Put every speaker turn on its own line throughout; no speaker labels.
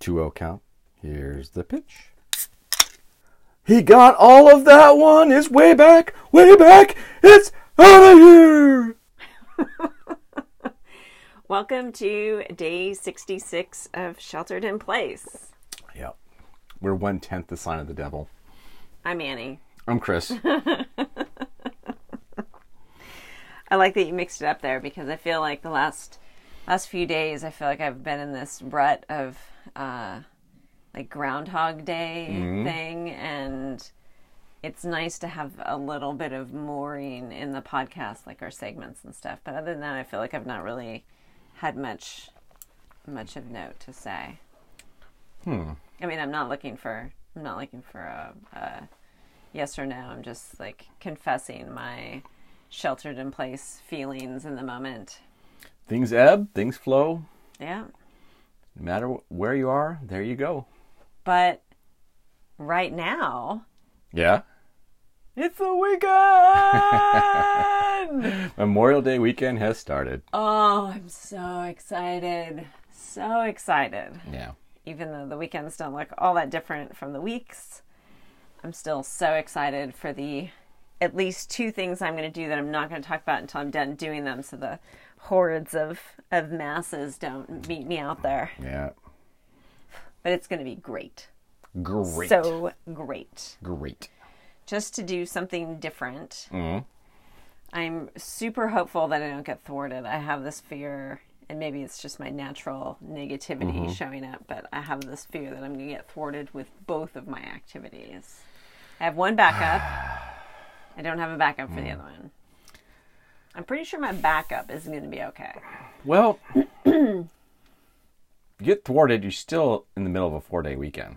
2-0 count. Here's the pitch. He got all of that one. It's way back, way back. It's out of here.
Welcome to day 66 of Sheltered in Place.
Yep. We're one tenth the sign of the devil.
I'm Annie.
I'm Chris.
I like that you mixed it up there because I feel like the last last few days I feel like I've been in this rut of uh like groundhog day thing and it's nice to have a little bit of mooring in the podcast like our segments and stuff but other than that I feel like I've not really had much much of note to say. Hmm. I mean, I'm not looking for I'm not looking for a, a yes or no. I'm just like confessing my sheltered in place feelings in the moment.
things ebb, things flow.
Yeah.
No matter wh- where you are, there you go.
But right now,
Yeah.
it's the weekend.
Memorial Day weekend has started.
oh, I'm so excited. So excited.
Yeah.
even though the weekends don't look all that different from the weeks, I'm still so excited for the at least two things I'm going to do that I'm not going to talk about until I'm done doing them, so the hordes of of masses don't meet me out there.
Yeah.
But it's going to be great,
Great.
so great,
Great.
just to do something different. I'm super hopeful that I don't get thwarted. I have this fear. And maybe it's just my natural negativity showing up, but I have this fear that I'm going to get thwarted with both of my activities. I have one backup. I don't have a backup for the other one. I'm pretty sure my backup is going to be okay.
Well, you get thwarted, you're still in the middle of a four day weekend.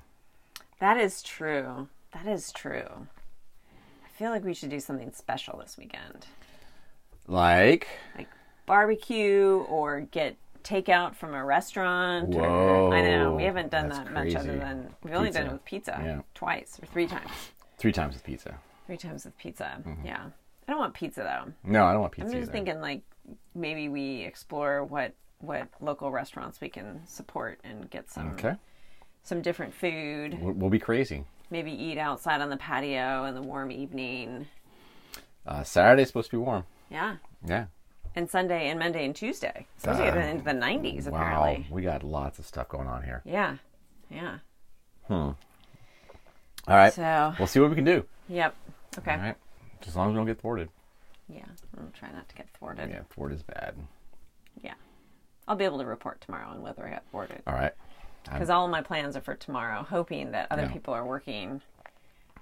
That is true. That is true. I feel like we should do something special this weekend.
Like,
like barbecue or get takeout from a restaurant.
Whoa,
or, I know we haven't done
that's
that much other
crazy.
than we've only done it
Pizza.
with pizza
Yeah.
twice or three times.
three times with pizza.
Three times with pizza. Yeah. I don't want pizza though.
No, I don't want pizza.
I'm just
Mm-hmm. either.
thinking like maybe we explore what what local restaurants we can support and get some
Okay.
some different food.
We'll, we'll be crazy.
Maybe eat outside on the patio in the warm evening.
Uh, Saturday's supposed to be warm.
Yeah.
Yeah.
And Sunday and Monday and Tuesday. It's supposed to
Duh.
get into the 90s
Wow.
apparently.
We got lots of stuff going on here.
Yeah. Yeah.
All right.
So,
We'll see what we can do.
yep. Okay.
All right. As long as we don't get thwarted.
Yeah. I'll try not to get thwarted. Yeah.
Yeah, thwart is bad.
I'll be able to report tomorrow on whether I got thwarted.
All right.
Because all of my plans are for tomorrow, hoping that other
Yeah.
people are working.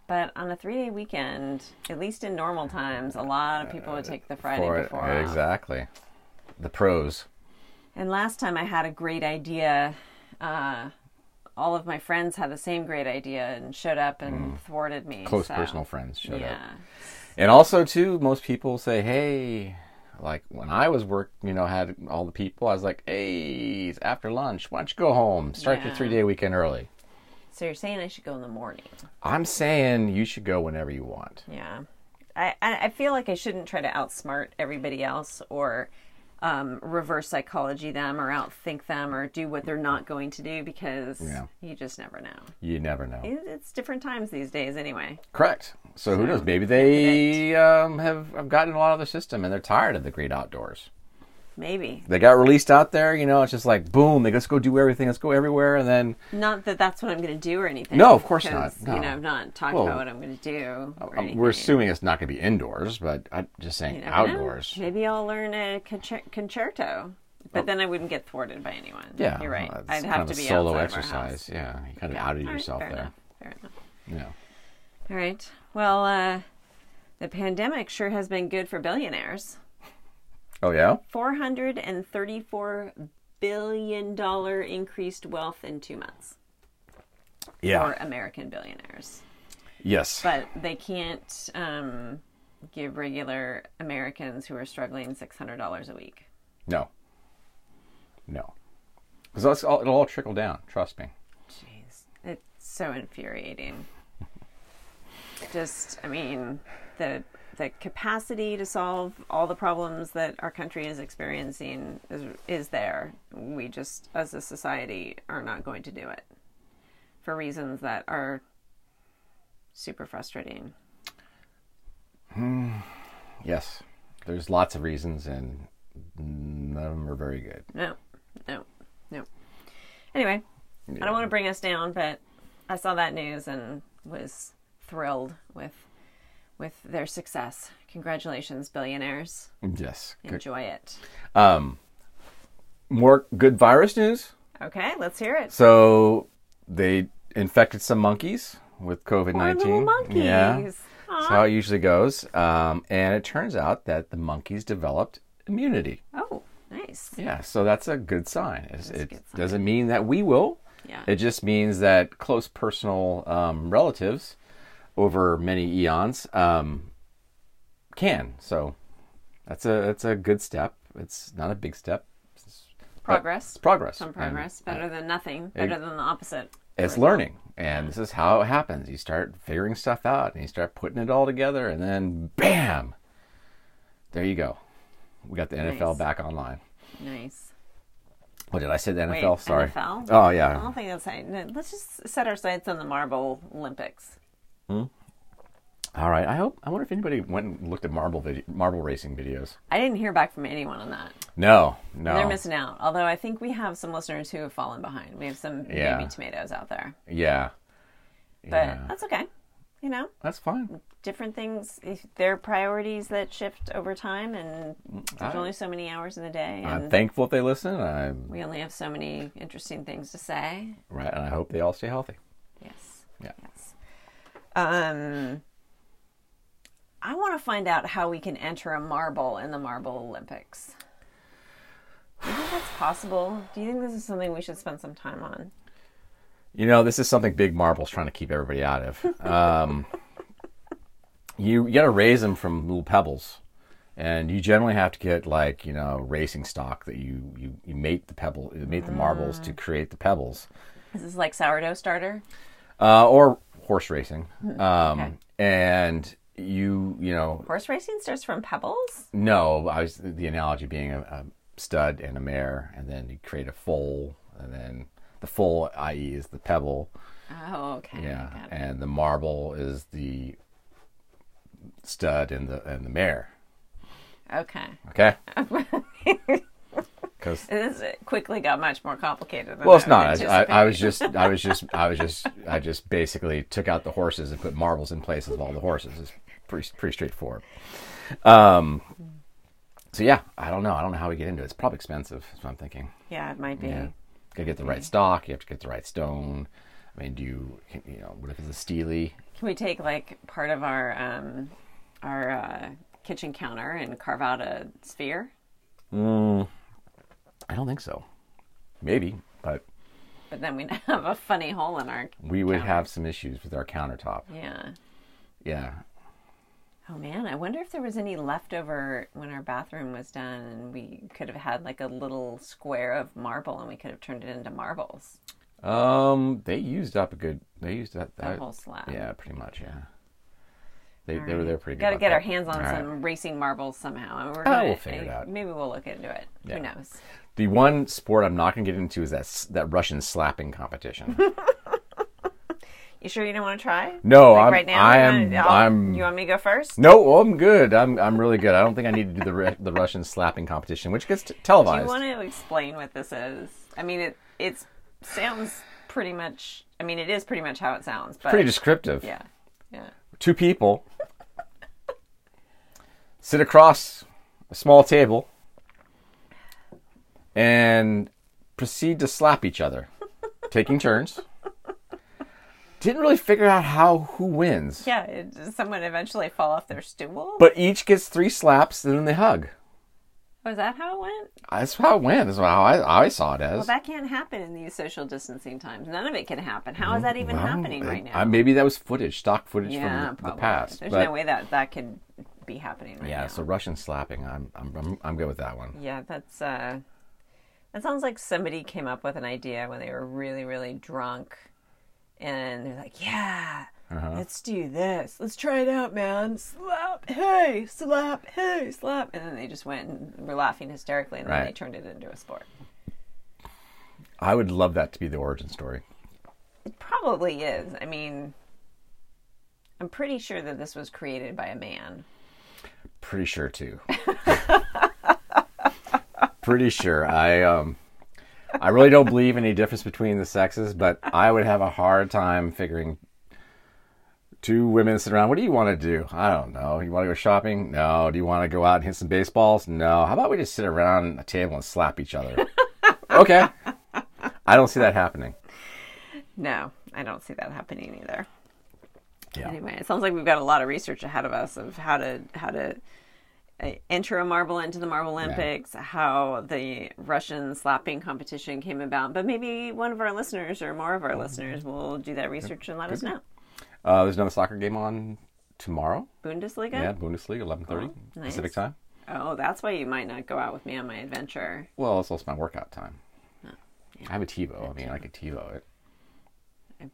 But on a three day weekend, at least in normal times, a lot of people would take the Friday
Uh, For it-
before. uh, off.
Exactly. The pros.
And last time I had a great idea. Uh, all of my friends had the same great idea and showed up and thwarted me.
Mm. Close
so-
personal friends showed up.
Yeah.
And also, too, most people say, "Hey," like when I was work, you know, had all the people. I was like, "Hey, it's after lunch. Why don't you go home? Start your
Yeah.
three day weekend early."
So you're saying I should go in the morning?
I'm saying you should go whenever you want.
Yeah. I, I I feel like I shouldn't try to outsmart everybody else or um, reverse psychology them or outthink them or do what they're not going to do because
Yeah.
you just never know.
You never know.
It- It's different times these days, anyway.
Correct. So who knows? Maybe they um, have, have gotten a lot of their system and they're tired of the great outdoors.
Maybe.
They got released out there, you know. It's just like boom. They let's go do everything. Let's go everywhere, and then
Not that that's what I'm going to do or anything.
No, of course
because,
not. No.
You know, I'm not talking
Well,
about what I'm going to do. Or
um,
anything.
we're assuming it's not going to be indoors, but I'm just saying
You never know.
outdoors. Oh.
Maybe I'll learn a concer- concerto, but then I wouldn't get thwarted by anyone.
Yeah,
you're right.
well, it's
I'd
kind
have
of
to
a
be
solo
outside of our house.
exercise. Yeah, you kind of
Yeah.
outed
All right,
yourself
fair
there.
enough, fair enough.
Yeah.
All right. Well, uh, the pandemic sure has been good for billionaires.
Oh yeah.
$434 billion increased wealth in two months
Yeah.
for American billionaires.
yes.
But they can't um, give regular Americans who are struggling $600 a week.
no. No. Because all, it'll all trickle down. Trust me.
Jeez. It's so infuriating. Just, I mean, the the capacity to solve all the problems that our country is experiencing is, is there. We just, as a society, are not going to do it. for reasons that are super frustrating.
Yes. There's lots of reasons, and none of them are very good.
No, no, no. Anyway, I don't want to bring us down, but I saw that news and was thrilled with with their success. Congratulations, billionaires!
Yes. Good.
Enjoy it.
Um, more good virus news.
Okay, let's hear it.
So they infected some monkeys with COVID
Poor little
nineteen.
monkeys.
Yeah. That's
Aw.
how it usually goes. Um, and it turns out that the monkeys developed immunity.
Oh, nice.
Yeah, so that's a good sign. It's,
a
it
good sign.
doesn't mean that we will.
Yeah.
It just means that close personal um, relatives over many eons um, can. So that's a that's a good step. It's not a big step. It's,
Progress.
it's progress.
Some
And
progress. better than nothing. Better than the opposite.
it's learning, and this is how it happens. You start figuring stuff out, and you start putting it all together, and then bam, there you go. We got the NFL
Nice.
back online.
Nice.
What did I say? The
Wait,
NFL. Sorry.
NFL?
Oh
I
yeah.
don't think that's how. no, Let's just set our sights on the Marble Olympics.
All right. I hope. I wonder if anybody went and looked at marble video, marble racing videos.
I didn't hear back from anyone on that.
No, no.
They're missing out. Although I think we have some listeners who have fallen behind. We have some
Yeah.
baby tomatoes out there,
yeah.
but
yeah.
that's okay. You know,
That's fine.
different things. If there are priorities that shift over time, and there's
I-
only so many hours in the day, and
I'm thankful if they listen. I'm
we only have so many interesting things to say.
right, and I hope they all stay healthy.
Yes.
Yeah.
Yes. Um, I want to find out how we can enter a marble in the Marble Olympics. Do you think that's possible? Do you think this is something we should spend some time on?
You know, this is something Big Marble's trying to keep everybody out of. Um, you you got to raise them from little pebbles, and you generally have to get like you know racing stock that you you, you mate the pebble, you mate the marbles to create the pebbles,
Is this like sourdough starter?
uh, or horse racing, um,
Okay.
and you you know
Horse racing starts from pebbles?
No, I was the analogy being a, a stud and a mare, and then you create a foal, and then the foal, i.e., is the pebble,
Oh, okay.
yeah,
Got it.
and the marble is the stud and the and the mare. Eh.
Okay.
Okay, because
This quickly got much more complicated. Than
well, it's
I would
not. I, I
anticipate.
was just, I was just, I was just, I just basically took out the horses and put marbles in place of all the horses. It's pretty pretty straightforward. Um. So yeah, I don't know. I don't know how we get into it. It's probably expensive. That's what I'm thinking.
Yeah, it might be.
Yeah. Gotta get the right stock. You have to get the right stone. I mean, do you, you know, what if it's a steely?
Can we take like part of our um, our uh, kitchen counter and carve out a sphere?
I don't think so. Maybe, but
But then we'd have a funny hole in our
we would have some issues with our countertop.
yeah.
Yeah.
Oh man, I wonder if there was any leftover when our bathroom was done, and we could have had like a little square of marble, and we could have turned it into marbles.
Um, they used up a good. They used that.
The
that
whole slab.
yeah, pretty much. Yeah. They,
All
they were
right.
there pretty good.
Gotta
about
get our
that.
hands on
All right.
some racing marbles somehow. And we're
Oh,
gonna, eh,
we'll figure it out.
Maybe we'll look into it.
Yeah.
Who knows?
The one sport I'm not gonna get into is that s- that Russian slapping competition.
You sure you don't want to try?
No,
like
I'm-
right now.
I
You
am-
wanna- I'll-
I'm-
You want me to go first?
no, well, I'm good. I'm I'm really good. I don't think I need to do the Ru- the Russian slapping competition, which gets t-
Do you
televised.
want to explain what this is? I mean, it it sounds pretty much. I mean, it is pretty much how it sounds. But
Pretty descriptive.
yeah, yeah.
two people sit across a small table and proceed to slap each other, taking turns. Didn't really figure out how who wins,
Yeah, it, does someone eventually fall off their stool?
but each gets three slaps and then they hug.
Was that how it went?
That's how it went. That's how I, I saw it as.
Well, that can't happen in these social distancing times. None of it can happen. How is that even
Well,
happening right
I-
now?
I- maybe that was footage, stock footage
yeah,
from the, the
probably.
past.
There's
but-
no way that that could be happening right
Yeah,
now.
so Russian slapping. I'm, I'm I'm I'm good with that one.
Yeah, that's uh that sounds like somebody came up with an idea when they were really, really drunk and they're like, Yeah,
Uh-huh.
let's do this. Let's try it out, man. Slap, hey, slap, hey, slap and then they just went and were laughing hysterically and then they
Right.
turned it into a sport.
I would love that to be the origin story.
It prob probably is. I mean, I'm pretty sure that this was created by a man.
Pretty sure too. Pretty sure. I um I really don't believe any difference between the sexes, but I would have a hard time figuring two women sitting around, what do you want to do? I don't know. You want to go shopping? No. Do you want to go out and hit some baseballs? No. How about we just sit around a table and slap each other? okay. I don't see that happening.
No, I don't see that happening either.
Yeah.
Anyway, it sounds like we've got a lot of research ahead of us of how to how to uh, enter a marble into the Marble Olympics, how the Russian slapping competition came about. But maybe one of our listeners or more of our listeners
Mm-hmm.
will do that research and let us know.
Uh, there's another soccer game on tomorrow.
Bundesliga.
Yeah, Bundesliga, 11:30
Nice.
Pacific time.
Oh, that's why you might not go out with me on my adventure.
Well, it's also my workout time. I have a TiVo. I mean, I could TiVo it.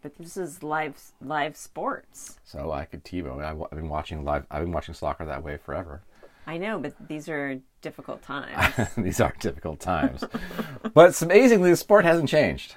But this is live live sports.
So I could TiVo. it. I, wa- I've been watching live. I've been watching soccer that way forever.
I know, but these are difficult times.
These are difficult times, but it's amazingly the sport hasn't changed.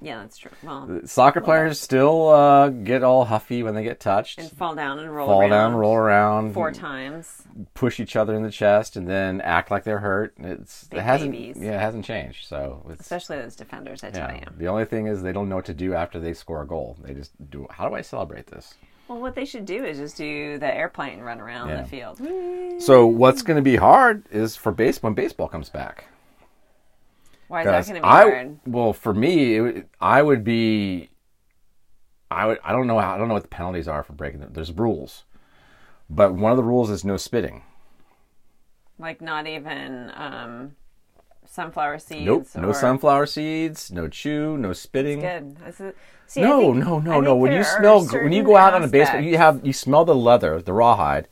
yeah, that's true. Well,
Soccer players still uh, get all huffy when they get touched,
and fall down and roll
Uh, fall
around
down, roll around,
four times.
push each other in the chest, and then act like they're hurt. It's
Big
it hasn't
babies.
yeah it hasn't changed. So it's
Especially those defenders, I tell
yeah.
you.
The only thing is they don't know what to do after they score a goal. They just do. How do I celebrate this?
Well, what they should do is just do the airplane run around
Yeah.
the field.
So what's going to be hard is for base when baseball comes back.
Why is that
Because
going to be
I
hard?
well for me it, would- I would be I would I don't know how, I don't know what the penalties are for breaking them. There's rules, but one of the rules is no spitting.
Like not even um, sunflower seeds.
Nope, no
or-
sunflower seeds, no chew, no spitting.
Good. That's it. See, I
No,
think-
no,
I
no,
think
no. When
there
you
are
smell, gr- when you
certain
go out on a baseball,
aspects-
you have you smell the leather, the rawhide.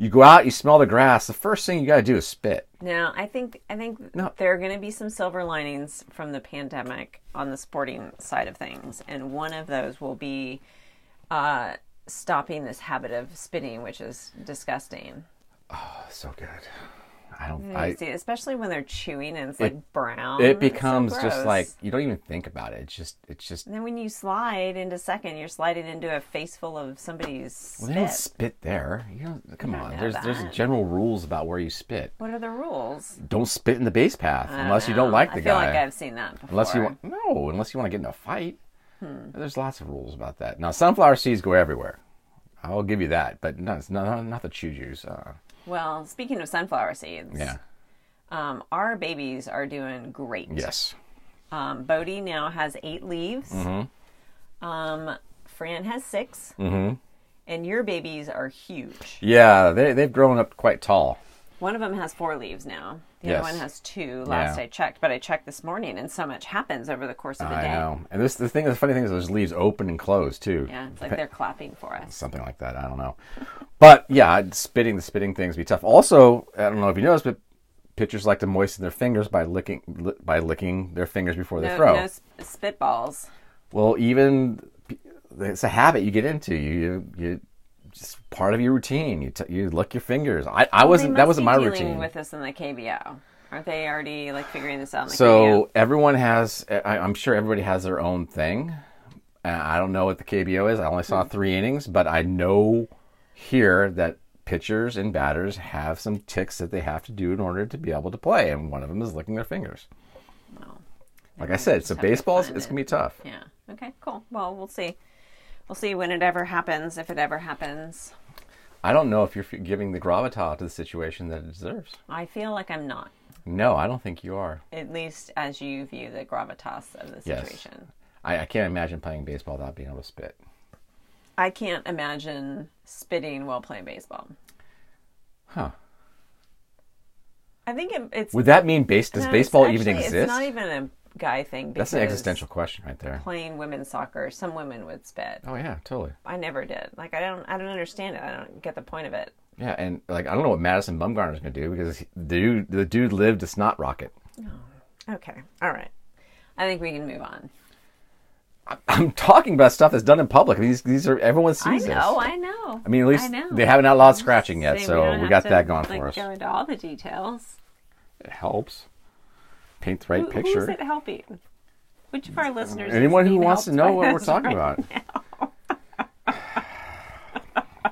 You go out, you smell the grass. The first thing you got to do is spit.
Now, I think I think
No.
there are going to be some silver linings from the pandemic on the sporting side of things, and one of those will be uh, stopping this habit of spitting, which is disgusting.
That's Oh, so good. I don't.
I,
I,
see, especially when they're chewing and it's like brown.
it
It's Oh, so
becomes just
gross.
like you don't even think about it. It's just it's just
And then when you slide into second, you're sliding into a face full of somebody's
Well, they don't
spit.
spit there. You don't, come on.
know
There's
that.
there's general rules about where you spit.
What are the rules?
Don't spit in the base path
I
unless you don't
know.
like the
I feel
guy.
like I've seen that before.
unless you want no, unless you want to get in a fight.
Hmm.
There's lots of rules about that. Now sunflower seeds go everywhere. I'll give you that, but no, it's not not the chew juice. Uh,
Well, speaking of sunflower seeds,
yeah.
um, our babies are doing great.
Yes.
Um, Bodhi now has eight leaves.
Mm-hmm.
Um, Fran has 6 And your babies are huge.
Yeah, they they've grown up quite tall.
One of them has four leaves now. The
Yes.
other one has two. Last
Yeah.
I checked, but I checked this morning, and so much happens over the course of the
I
day.
know. And this the thing the funny thing is those leaves open and close too.
Yeah, it's like they're clapping for us.
something like that. I don't know. But yeah, I'd- spitting the spitting things be tough. Also, I don't know if you noticed, but pitchers like to moisten their fingers by licking li- by licking their fingers before they
No,
throw.
no s- spitballs.
Well, even p- it's a habit you get into. You you, you just part of your routine. You t- you lick your fingers. I, I
They
wasn't.
must
That wasn't
be
my
dealing
routine.
With this in the KBO, aren't they already like figuring this out? In the
So
KBO?
everyone has. I, I'm sure everybody has their own thing. Uh, I don't know what the KBO is. I only
Hmm.
saw three innings, but I know here that pitchers and batters have some ticks that they have to do in order to be able to play, and one of them is licking their fingers. Like I said, so
have to
baseball's
find
it's
it.
gonna be tough.
Yeah. Okay. Cool. Well, we'll see. We'll see when it ever happens, if it ever happens.
I don't know if you're f- giving the gravitas to the situation that it deserves.
I feel like I'm not,
No, I don't think you are.
at least as you view the gravitas of the
Yes.
situation.
I, I can't imagine playing baseball without being able to spit.
I can't imagine spitting while playing baseball.
Huh?
I think it, it's.
Would that mean base? Does
no, it's
baseball even
actually-
exist?
It's not even a guy thing.
That's an
because
existential question right there.
Playing women's soccer, some women would spit.
Oh yeah, totally.
I never did. Like I don't. I don't understand it. I don't get the point of it.
Yeah, and like I don't know what Madison Bumgarner's gonna do because the dude, the dude lived a snot rocket.
Okay. All right. I think we can move on.
I'm talking about stuff that's done in public. These these are everyone sees
I
this.
know. I know.
I mean, at least
I know.
they haven't outlawed scratching yet,
Saying
so
don't
we,
have
got
to,
that going
like,
for us.
Go into all the details.
It helps paint the right
Who- Who's
picture.
it helping? Which of our listeners? is
Anyone who
being
wants to
helped
know
by
what we're
this
talking
right
about.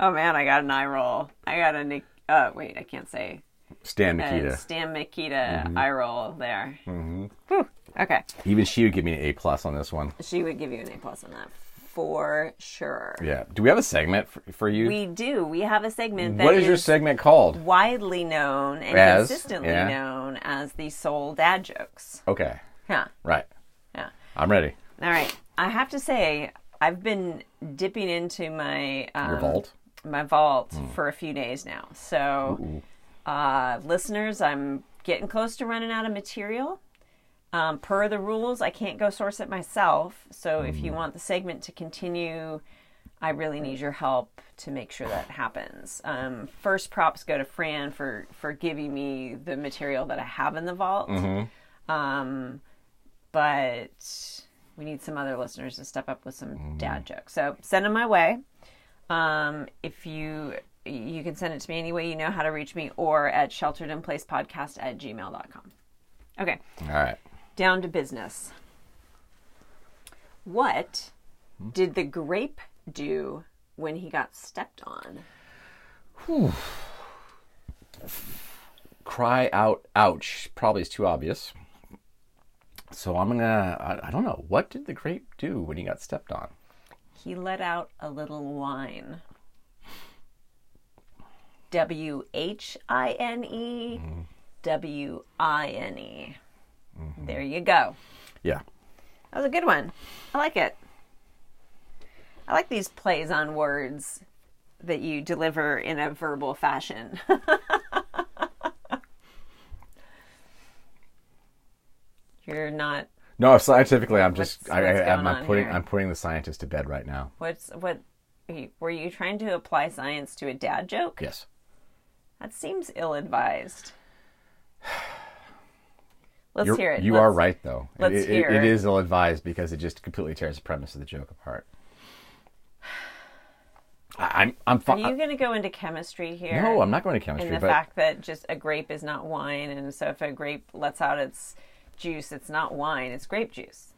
Oh man, I got an eye roll. I got a Nick. Uh, wait, I can't say.
Stan
Uh,
Nikita. Mm-hmm.
Stan Mikita eye roll there. Mm-hmm. Okay,
Even she would give me an A plus on this one.
she would give you an A plus on that for sure.
Yeah. Do we have a segment for, for you?
We do. We have a segment that
what is your segment called?
widely known and
As?
consistently
Yeah.
known as the soul dad jokes.
Okay.
Yeah,
Right.
yeah.
I'm ready.
All right. I have to say, I've been dipping into my um,
Your vault?
my vault for a few days now. So, uh, listeners, I'm getting close to running out of material. Um, per the rules, I can't go source it myself. So, if you want the segment to continue, I really need your help to make sure that happens. Um, first, props go to Fran for for giving me the material that I have in the vault. Um, but we need some other listeners to step up with some dad jokes. So send them my way. Um, if you you can send it to me any way you know how to reach me or at shelteredinplacepodcast at gmail.com. Okay,
All right.
down to business. What did the grape do when he got stepped on?
Cry out, ouch. Probably is too obvious. So I'm gonna. I, I don't know. What did the grape do when he got stepped on?
He let out a little wine. W H I N E W I N E. There you go.
Yeah.
That was a good one. I like it. I like these plays on words that you deliver in a verbal fashion. You're not.
No, scientifically, I'm just.
What's-
I,
what's
I, I'm,
going
I'm
on
putting.
here?
I'm putting the scientist to bed right now.
What's what? Were you trying to apply science to a dad joke?
Yes.
That seems ill advised. Let's
You're,
hear it.
You
Let's-
are right, though. It-
let's
it,
hear
it
it.
is ill advised because it just completely tears the premise of the joke apart. I, I'm. I'm
Are
fine.
you going to go into chemistry here?
No, I'm not going to
And
chemistry.
the
but
fact that just a grape is not wine, and so if a grape lets out its juice, it's not wine, it's grape juice.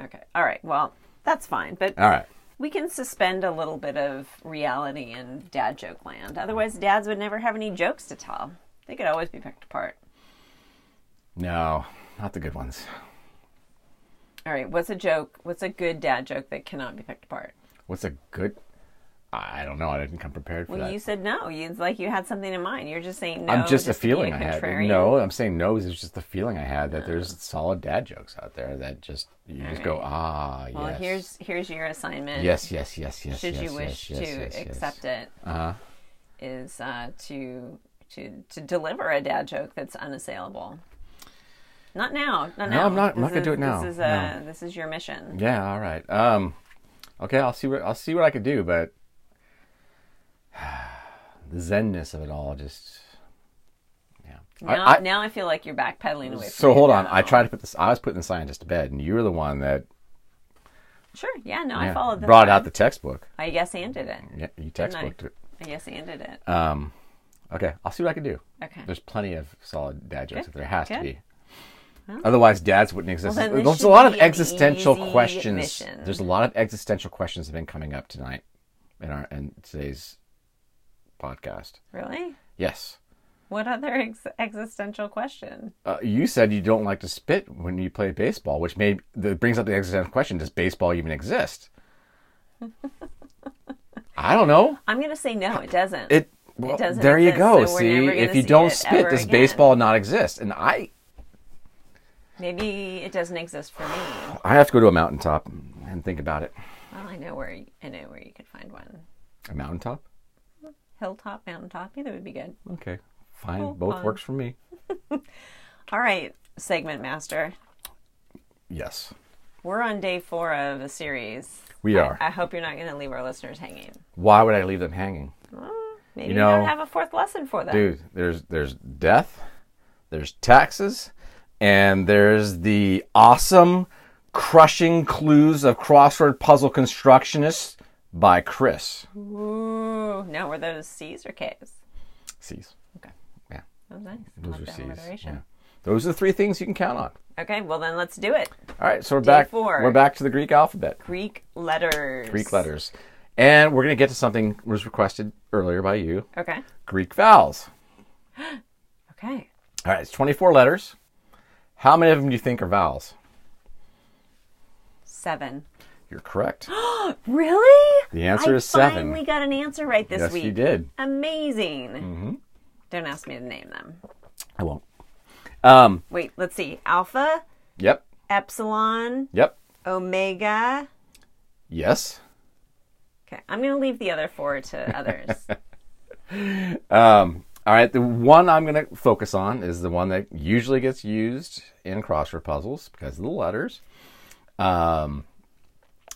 Okay. All right. Well, that's fine. But
all right.
we can suspend a little bit of reality in dad joke land. Otherwise, dads would never have any jokes to tell. They could always be picked apart.
No, not the good ones.
All right. What's a joke? What's a good dad joke that cannot be picked apart?
What's a good? I I don't know. I didn't come prepared for
Well,
that.
you said no. You it's like you had something in mind. You're just saying no.
I'm just, a
to be
feeling I had.
contrarian. Oh.
No, I'm saying no. It's just the feeling I had that there's solid dad jokes out there that just you just go ah
Well,
yes.
here's here's your assignment.
yes yes yes yes.
Should
yes,
you wish
yes, yes,
to
yes, Uh-huh. yes.
accept it, is uh, to to to deliver a dad joke that's unassailable. Not now. Not
No,
now.
I'm not- I'm not gonna
This
do
is-
it now.
This is uh, this is your mission.
Yeah. All right. Um. Okay. I'll see what I'll see what I could do, but the zenness of it all just. Yeah. I-
Now,
I-
now I feel like you're backpedaling away. From
so
me
hold on.
now.
I tried to put this. I was putting the scientist to bed, and you were the one that
Sure. Yeah. No, I
yeah,
followed. The
brought
thread.
out the textbook.
I yes handed it.
Yeah, you
I?
textbooked it.
I yes handed it.
Um, okay, I'll see what I can do.
Okay.
There's plenty of solid dad jokes
Good.
if there has to
Good.
be. Otherwise, dads wouldn't exist.
Well, then this
There's a
should
lot of
be an
existential
easy
questions.
mission.
There's a lot of existential questions that have been coming up tonight in our in today's podcast.
Really?
Yes,
What other ex- existential question?
uh, you said you don't like to spit when you play baseball, which made that brings up the existential question: Does baseball even exist? I don't know.
I'm going to say no. It doesn't.
It, well,
doesn't
there you
exist,
go.
so we're
see,
never gonna
if you
see
don't
it
spit,
ever
does
again.
baseball not exist? And I,
Maybe it doesn't exist for me.
I have to go to a mountaintop and think about it.
Well, I know where I know where you could find one.
A mountaintop?
Hilltop, mountaintop, either would be good.
Okay, fine.
Well,
Both
fine.
works for me.
All right, segment master.
Yes,
We're on day four of a series.
we are.
I hope you're not going to leave our listeners hanging.
Why would I leave them hanging, You
Maybe you,
know,
don't have a fourth lesson for them.
dude? There's there's death, there's taxes, and there's the awesome, crushing clues of crossword puzzle constructionist by Chris.
Ooh, now were those C's or K's?
C's.
Okay.
Yeah,
That was nice. I
those
like
are
that
C's.
alliteration.
yeah. Those are the three things you can count on.
Okay, well then let's do it.
All right, so we're back.
four.
We're back to the Greek alphabet.
Greek letters.
Greek letters. And we're going to get to something was requested earlier by you
Okay.
Greek vowels.
Okay.
All right, it's 24 letters. How many of them do you think are vowels?
Seven.
You're correct.
Really?
The answer
I
is seven.
Finally got an answer right this
yes,
week.
you did. Mm-hmm.
Amazing. Don't ask me to name them.
I won't. Um,
Wait, let's see. Alpha,
yep,
epsilon,
yep,
omega.
yes.
Okay, I'm going to leave the other four to others.
Um, all right, the one I'm going to focus on is the one that usually gets used in crossword puzzles because of the letters. Um,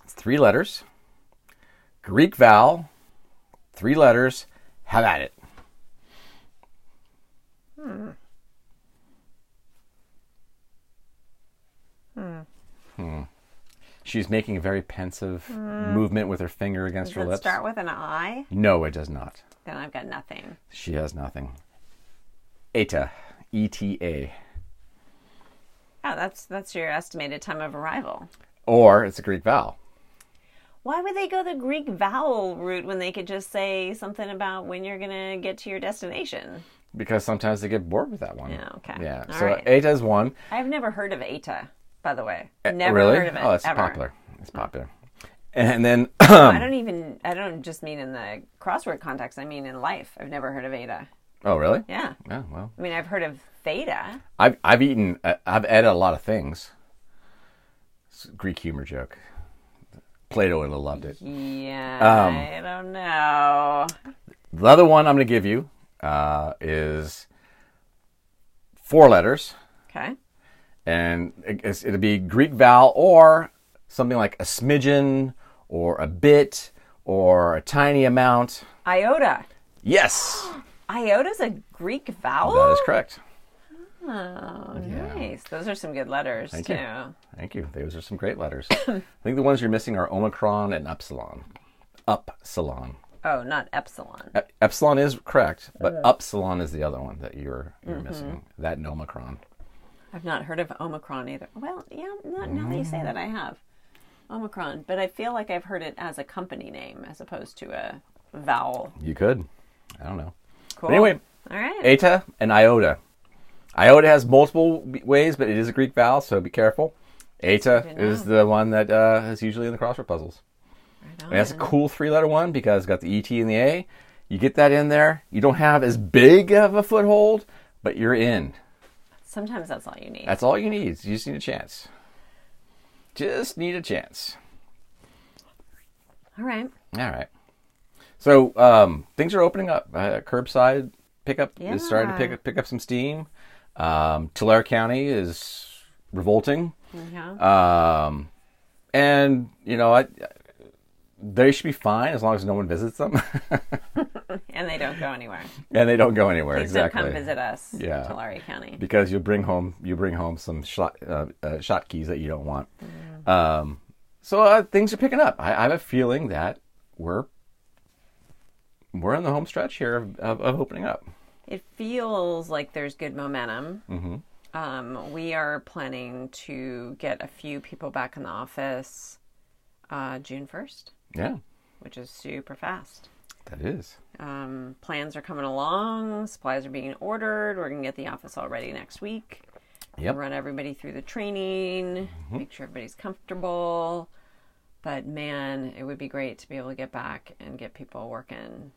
it's three letters. Greek vowel, three letters. Have at it.
Hmm.
Hmm. She's making a very pensive movement with her finger against
Hmm. Does
her
it
lips.
start with an I?
No, it does not.
Then I've got nothing.
She has nothing. ETA. E ETA.
Oh, that's that's your estimated time of arrival.
Or it's a Greek vowel.
Why would they go the Greek vowel route when they could just say something about when you're going to get to your destination?
Because sometimes they get bored with that one.
Yeah, Oh, okay.
Yeah.
All
so
right.
ETA is one.
I've never heard of ETA, by the way. Never
really?
heard of it.
oh, it's
ever. Hmm.
popular. Hmm. It's popular. And then
I don't even. I don't just mean in the crossword context. I mean in life. I've never heard of eta.
Oh, really?
Yeah.
Oh, well.
I mean, I've heard of theta.
I've I've eaten uh, I've ate a lot of things. It's a Greek humor joke. Plato would have loved it.
Yeah.
Um,
I don't know.
The other one I'm going to give you uh, is four letters.
Okay.
and it- it's- it'd be Greek vowel or something like a smidgen or a bit or a tiny amount.
Iota.
Yes,
Iota's a Greek vowel.
that is correct.
Oh, nice. Those are some good letters too.
you. Thank you. Those are some great letters. I think the ones you're missing are omicron and epsilon. Upsilon.
Oh, not epsilon.
E- Epsilon is correct, but upsilon is the other one that you're you're missing. That and omicron.
I've not heard of Omicron either. Well, yeah. Not, now that you say that, I have Omicron, but I feel like I've heard it as a company name as opposed to a vowel.
You could. I don't know.
Cool.
anyway,
all right.
Eta and iota. Iota has multiple w- ways, but it is a Greek vowel, so be careful. Eta
Good to
is the one that uh, is usually in the crossword puzzles.
Right
And that's a
on.
cool three-letter one because it's got the et and the a. You get that in there. You don't have as big of a foothold, but you're in.
Sometimes that's all you need.
That's all you need. You just need a chance. Just need a chance.
All right.
All right. So um, things are opening up. Uh, curbside pickup is starting to
Yeah.
pick up, pick up some steam. Um, Tulare County is revolting,
Yeah.
um, and you know I, they should be fine as long as no one visits them
and they don't go anywhere.
and they don't go anywhere.
Please
exactly.
don't come visit us
Yeah.
in Tulare County.
because you'll bring home you bring home some shot uh, uh, shot keys that you don't want. Um, so uh, things are picking up. I, I have a feeling that we're we're in the home stretch here of, of, of opening up.
It feels like there's good momentum. Mm-hmm. Um, we are planning to get a few people back in the office uh, June 1st,
Yeah,
which is super fast.
that is.
Um, plans are coming along, supplies are being ordered. We're going to get the office all ready next week.
Yep.
Run everybody through the training, make sure everybody's comfortable. But man, it would be great to be able to get back and get people working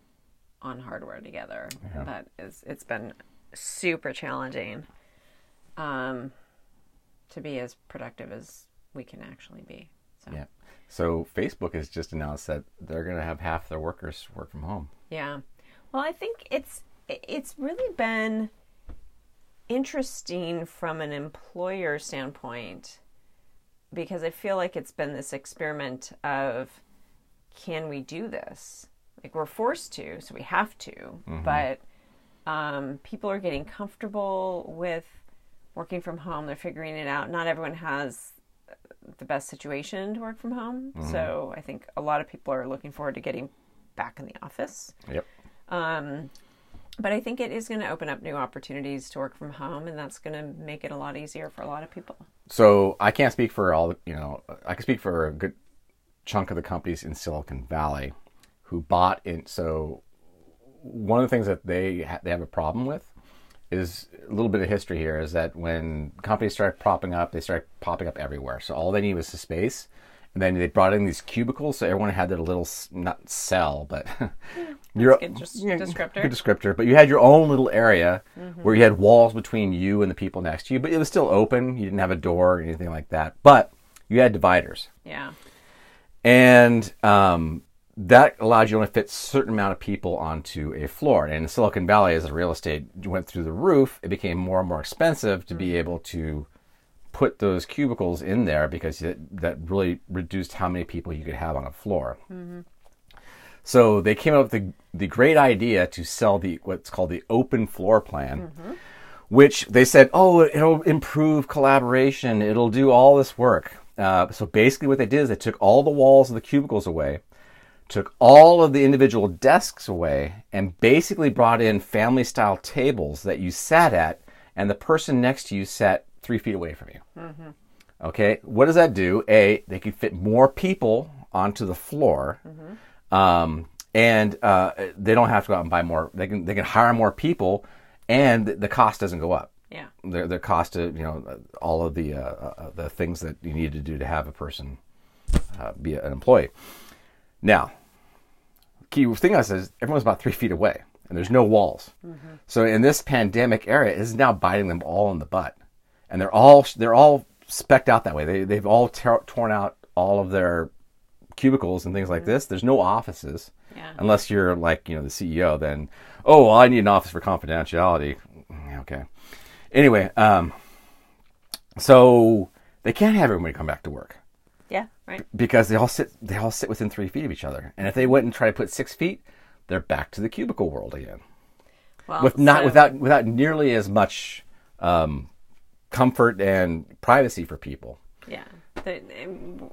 on hardware together. That is, it's been super challenging um, to be as productive as we can actually be. So,
Yeah. So Facebook has just announced that they're going to have half their workers work from home.
Yeah. Well, I think it's it's really been interesting from an employer standpoint because I feel like it's been this experiment of can we do this? Like we're forced to, so we have to, but um, people are getting comfortable with working from home. They're figuring it out. Not everyone has the best situation to work from home. So I think a lot of people are looking forward to getting back in the office.
Yep.
Um, But I think it is going to open up new opportunities to work from home, and that's going to make it a lot easier for a lot of people.
So I can't speak for all, the- you know, I can speak for a good chunk of the companies in Silicon Valley who bought in. So one of the things that they ha- they have a problem with is a little bit of history here is that when companies start propping up, they start popping up everywhere. So all they need was the space. And then they brought in these cubicles, so everyone had their little s- not cell, but your
good just-
yeah,
descriptor. Mm-hmm.
good descriptor. But you had your own little area where you had walls between you and the people next to you, but it was still open. You didn't have a door or anything like that, but you had dividers
Yeah.
and um, that allowed you to only fit certain amount of people onto a floor. And in Silicon Valley, as the real estate went through the roof, it became more and more expensive to be able to put those cubicles in there because it, that really reduced how many people you could have on a floor. So they came up with the, the great idea to sell the what's called the open floor plan, which they said, oh, it'll improve collaboration. It'll do all this work. Uh, so basically, what they did is they took all the walls of the cubicles away, took all of the individual desks away, and basically brought in family style tables that you sat at, and the person next to you sat three feet away from you. Okay, what does that do? A, they could fit more people onto the floor, um, and uh, they don't have to go out and buy more. They can they can hire more people, and the- the cost doesn't go up.
Yeah.
Their their cost to you know all of the uh, uh, the things that you need to do to have a person uh, be an employee. Now, key thing I said is everyone's about three feet away, and there's no walls. So in this pandemic area, it is now biting them all in the butt, and they're all they're all specked out that way. They they've all tear torn out all of their cubicles and things like this. There's no offices
Yeah.
unless you're like you know the CEO. Then oh, well, I need an office for confidentiality. Mm, Okay. Anyway, um, so they can't have everybody come back to work
Yeah. Right.
because they all sit they all sit within three feet of each other. And if they went and tried to put six feet, they're back to the cubicle world again.
Well,
With not
so-
without without nearly as much um, comfort and privacy for people.
Yeah. The, um,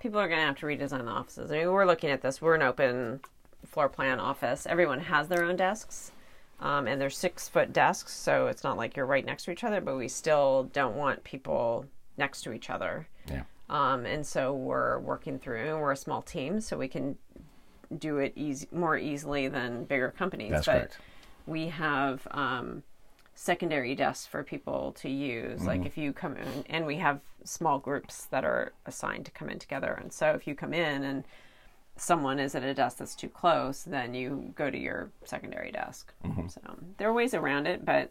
people are going to have to redesign the offices. I mean, we're looking at this. We're an open floor plan office. Everyone has their own desks, um, and they're six foot desks, so it's not like you're right next to each other. But we still don't want people next to each other.
Yeah.
Um, and so we're working through. We're a small team, so we can do it easy, more easily than bigger companies.
That's
but
correct.
we have um, secondary desks for people to use.
Mm-hmm.
Like if you come in, and we have small groups that are assigned to come in together. And so if you come in and someone is at a desk that's too close, then you go to your secondary desk.
Mm-hmm.
So there are ways around it, but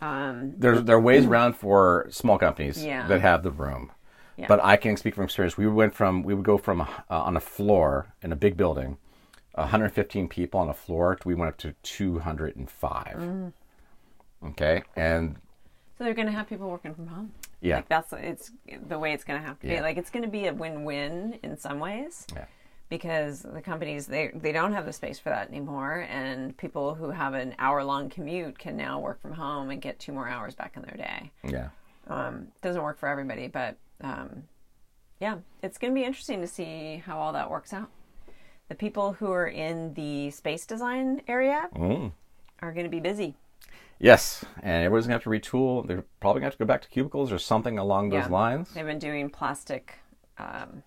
um,
There's there are ways around for small companies
Yeah.
that have the room.
Yeah.
But I can speak from experience. We went from we would go from uh, on a floor in a big building, 115 people on a floor. We went up to 205.
Mm.
Okay, and
so they're going to have people working from home.
Yeah.
like that's it's the way it's going to have to be.
Yeah.
Like it's going to be a win-win in some ways.
yeah.
because the companies they they don't have the space for that anymore and people who have an hour long commute can now work from home and get two more hours back in their day
Yeah.
um, doesn't work for everybody but um, yeah it's going to be interesting to see how all that works out the people who are in the space design area
Mm.
are going to be busy
Yes, and everybody's gonna have to retool. They're probably gonna have to go back to cubicles or something along those
Yeah.
lines.
they've been doing plastic um,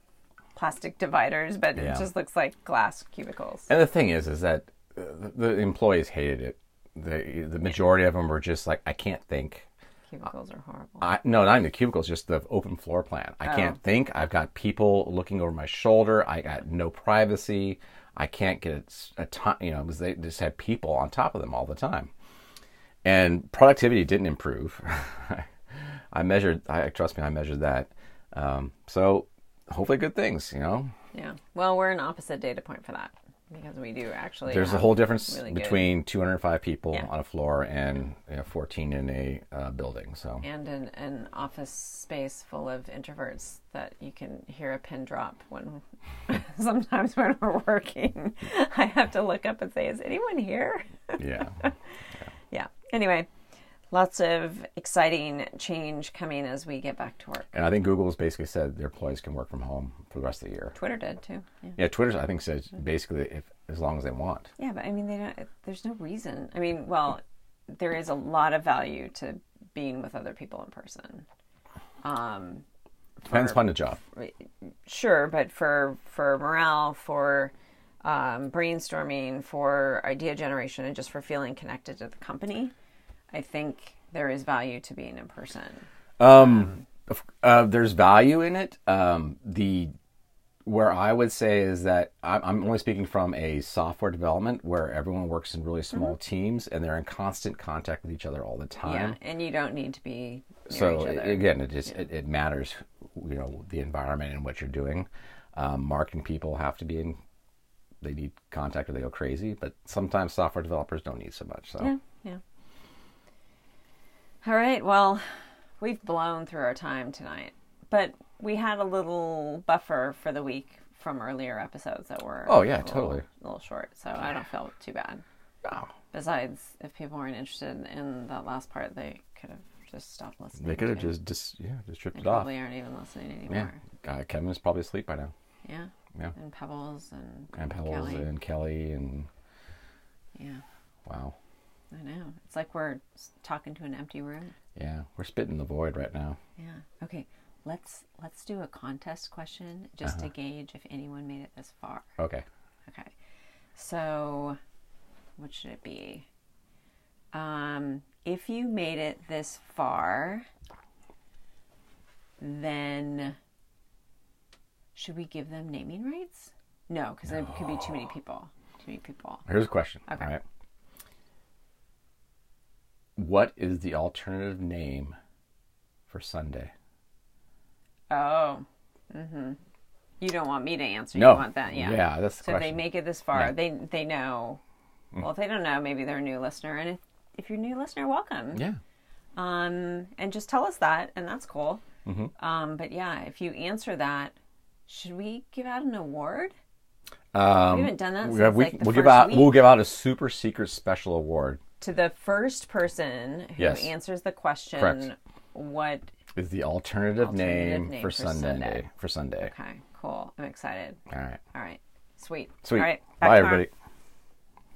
plastic dividers but
Yeah.
it just looks like glass cubicles
And the thing is, is that uh, the employees hated it. The the majority of them were just like, I can't think.
cubicles are horrible
I, no, not even the cubicles, just the open floor plan. I
Oh.
can't think. I've got people looking over my shoulder. I got no privacy. I can't get a s- a time, you know, because they just had people on top of them all the time. And productivity didn't improve. I measured, I trust me, I measured that. Um, so hopefully good things, you know.
Yeah. Well, we're an opposite data point for that because we do actually.
There's a
have
whole difference
really good-
between 205 people
Yeah.
on a floor and you know, 14 in a uh, building. So
And an, an office space full of introverts that you can hear a pin drop when sometimes when we're working. I have to look up and say, is anyone here?
yeah.
Yeah. Anyway, lots of exciting change coming as we get back to work.
And I think Google's basically said their employees can work from home for the rest of the year.
Twitter did too. Yeah.
Yeah, Twitter, I think, says basically if as long as they want.
Yeah, but I mean, they don't. There's no reason. I mean, well, there is a lot of value to being with other people in person. Um,
Depends upon the job.
sure, but for for morale, for um, brainstorming, for idea generation, and just for feeling connected to the company, I think there is value to being in person.
Um, of- uh, there's value in it. Um, the where I would say is that I'm, I'm only speaking from a software development where everyone works in really small teams and they're in constant contact with each other all the
Yeah,
time.
and you don't need to be near
Uh-huh. so
each
a-
other.
again, it just it, it matters, you know, the environment and what you're doing. Um, marketing people have to be in. They need contact or they go crazy. But sometimes software developers don't need so much. So
Yeah, yeah. All right, well, we've blown through our time tonight, but we had a little buffer for the week from earlier episodes that were
Oh, yeah,
a little-
totally.
a little short, so I don't feel too bad.
Wow.
Besides, if people weren't interested in that last part, they could have just stopped listening.
they could have
to.
just dis, yeah just tripped
They
it off.
probably aren't even listening
Yeah,
anymore.
uh, Kevin is probably asleep by now.
Yeah.
Yeah.
And Pebbles and
and Pebbles
Kelly.
and Kelly and
Yeah,
wow,
I know. It's like we're s- talking to an empty room.
yeah, we're spitting the void right now.
Yeah. Okay. Let's let's do a contest question just to gauge if anyone made it this far.
Okay,
Okay. So, what should it be? Um, if you made it this far, then should we give them naming rights? No, because there could be too many people. Too many people.
here's a question.
Okay.
All right, what is the alternative name for Sunday?
Oh. Mm-hmm. You don't want me to answer.
No.
You want that? Yeah.
Yeah, that's the
So
question. Mm.
if they make it this far, they they know. Well, if they don't know, maybe they're a new listener, and if, if you're a new listener, welcome.
yeah,
Um, and just tell us that, and that's cool.
Mm-hmm.
Um, but yeah, if you answer that, should we give out an award?
um,
haven't done that
we
since,
we,
like, the
will give
first
out
week.
we'll give out a super secret special award.
To the first person who
Yes.
answers the question,
Correct.
what?
Is the alternative,
Alternative
name,
name
for,
for
Sunday,
Sunday.
for Sunday?
Okay, cool. I'm excited.
All right,
All right, sweet.
sweet.
All right, back
Bye,
tomorrow.
everybody.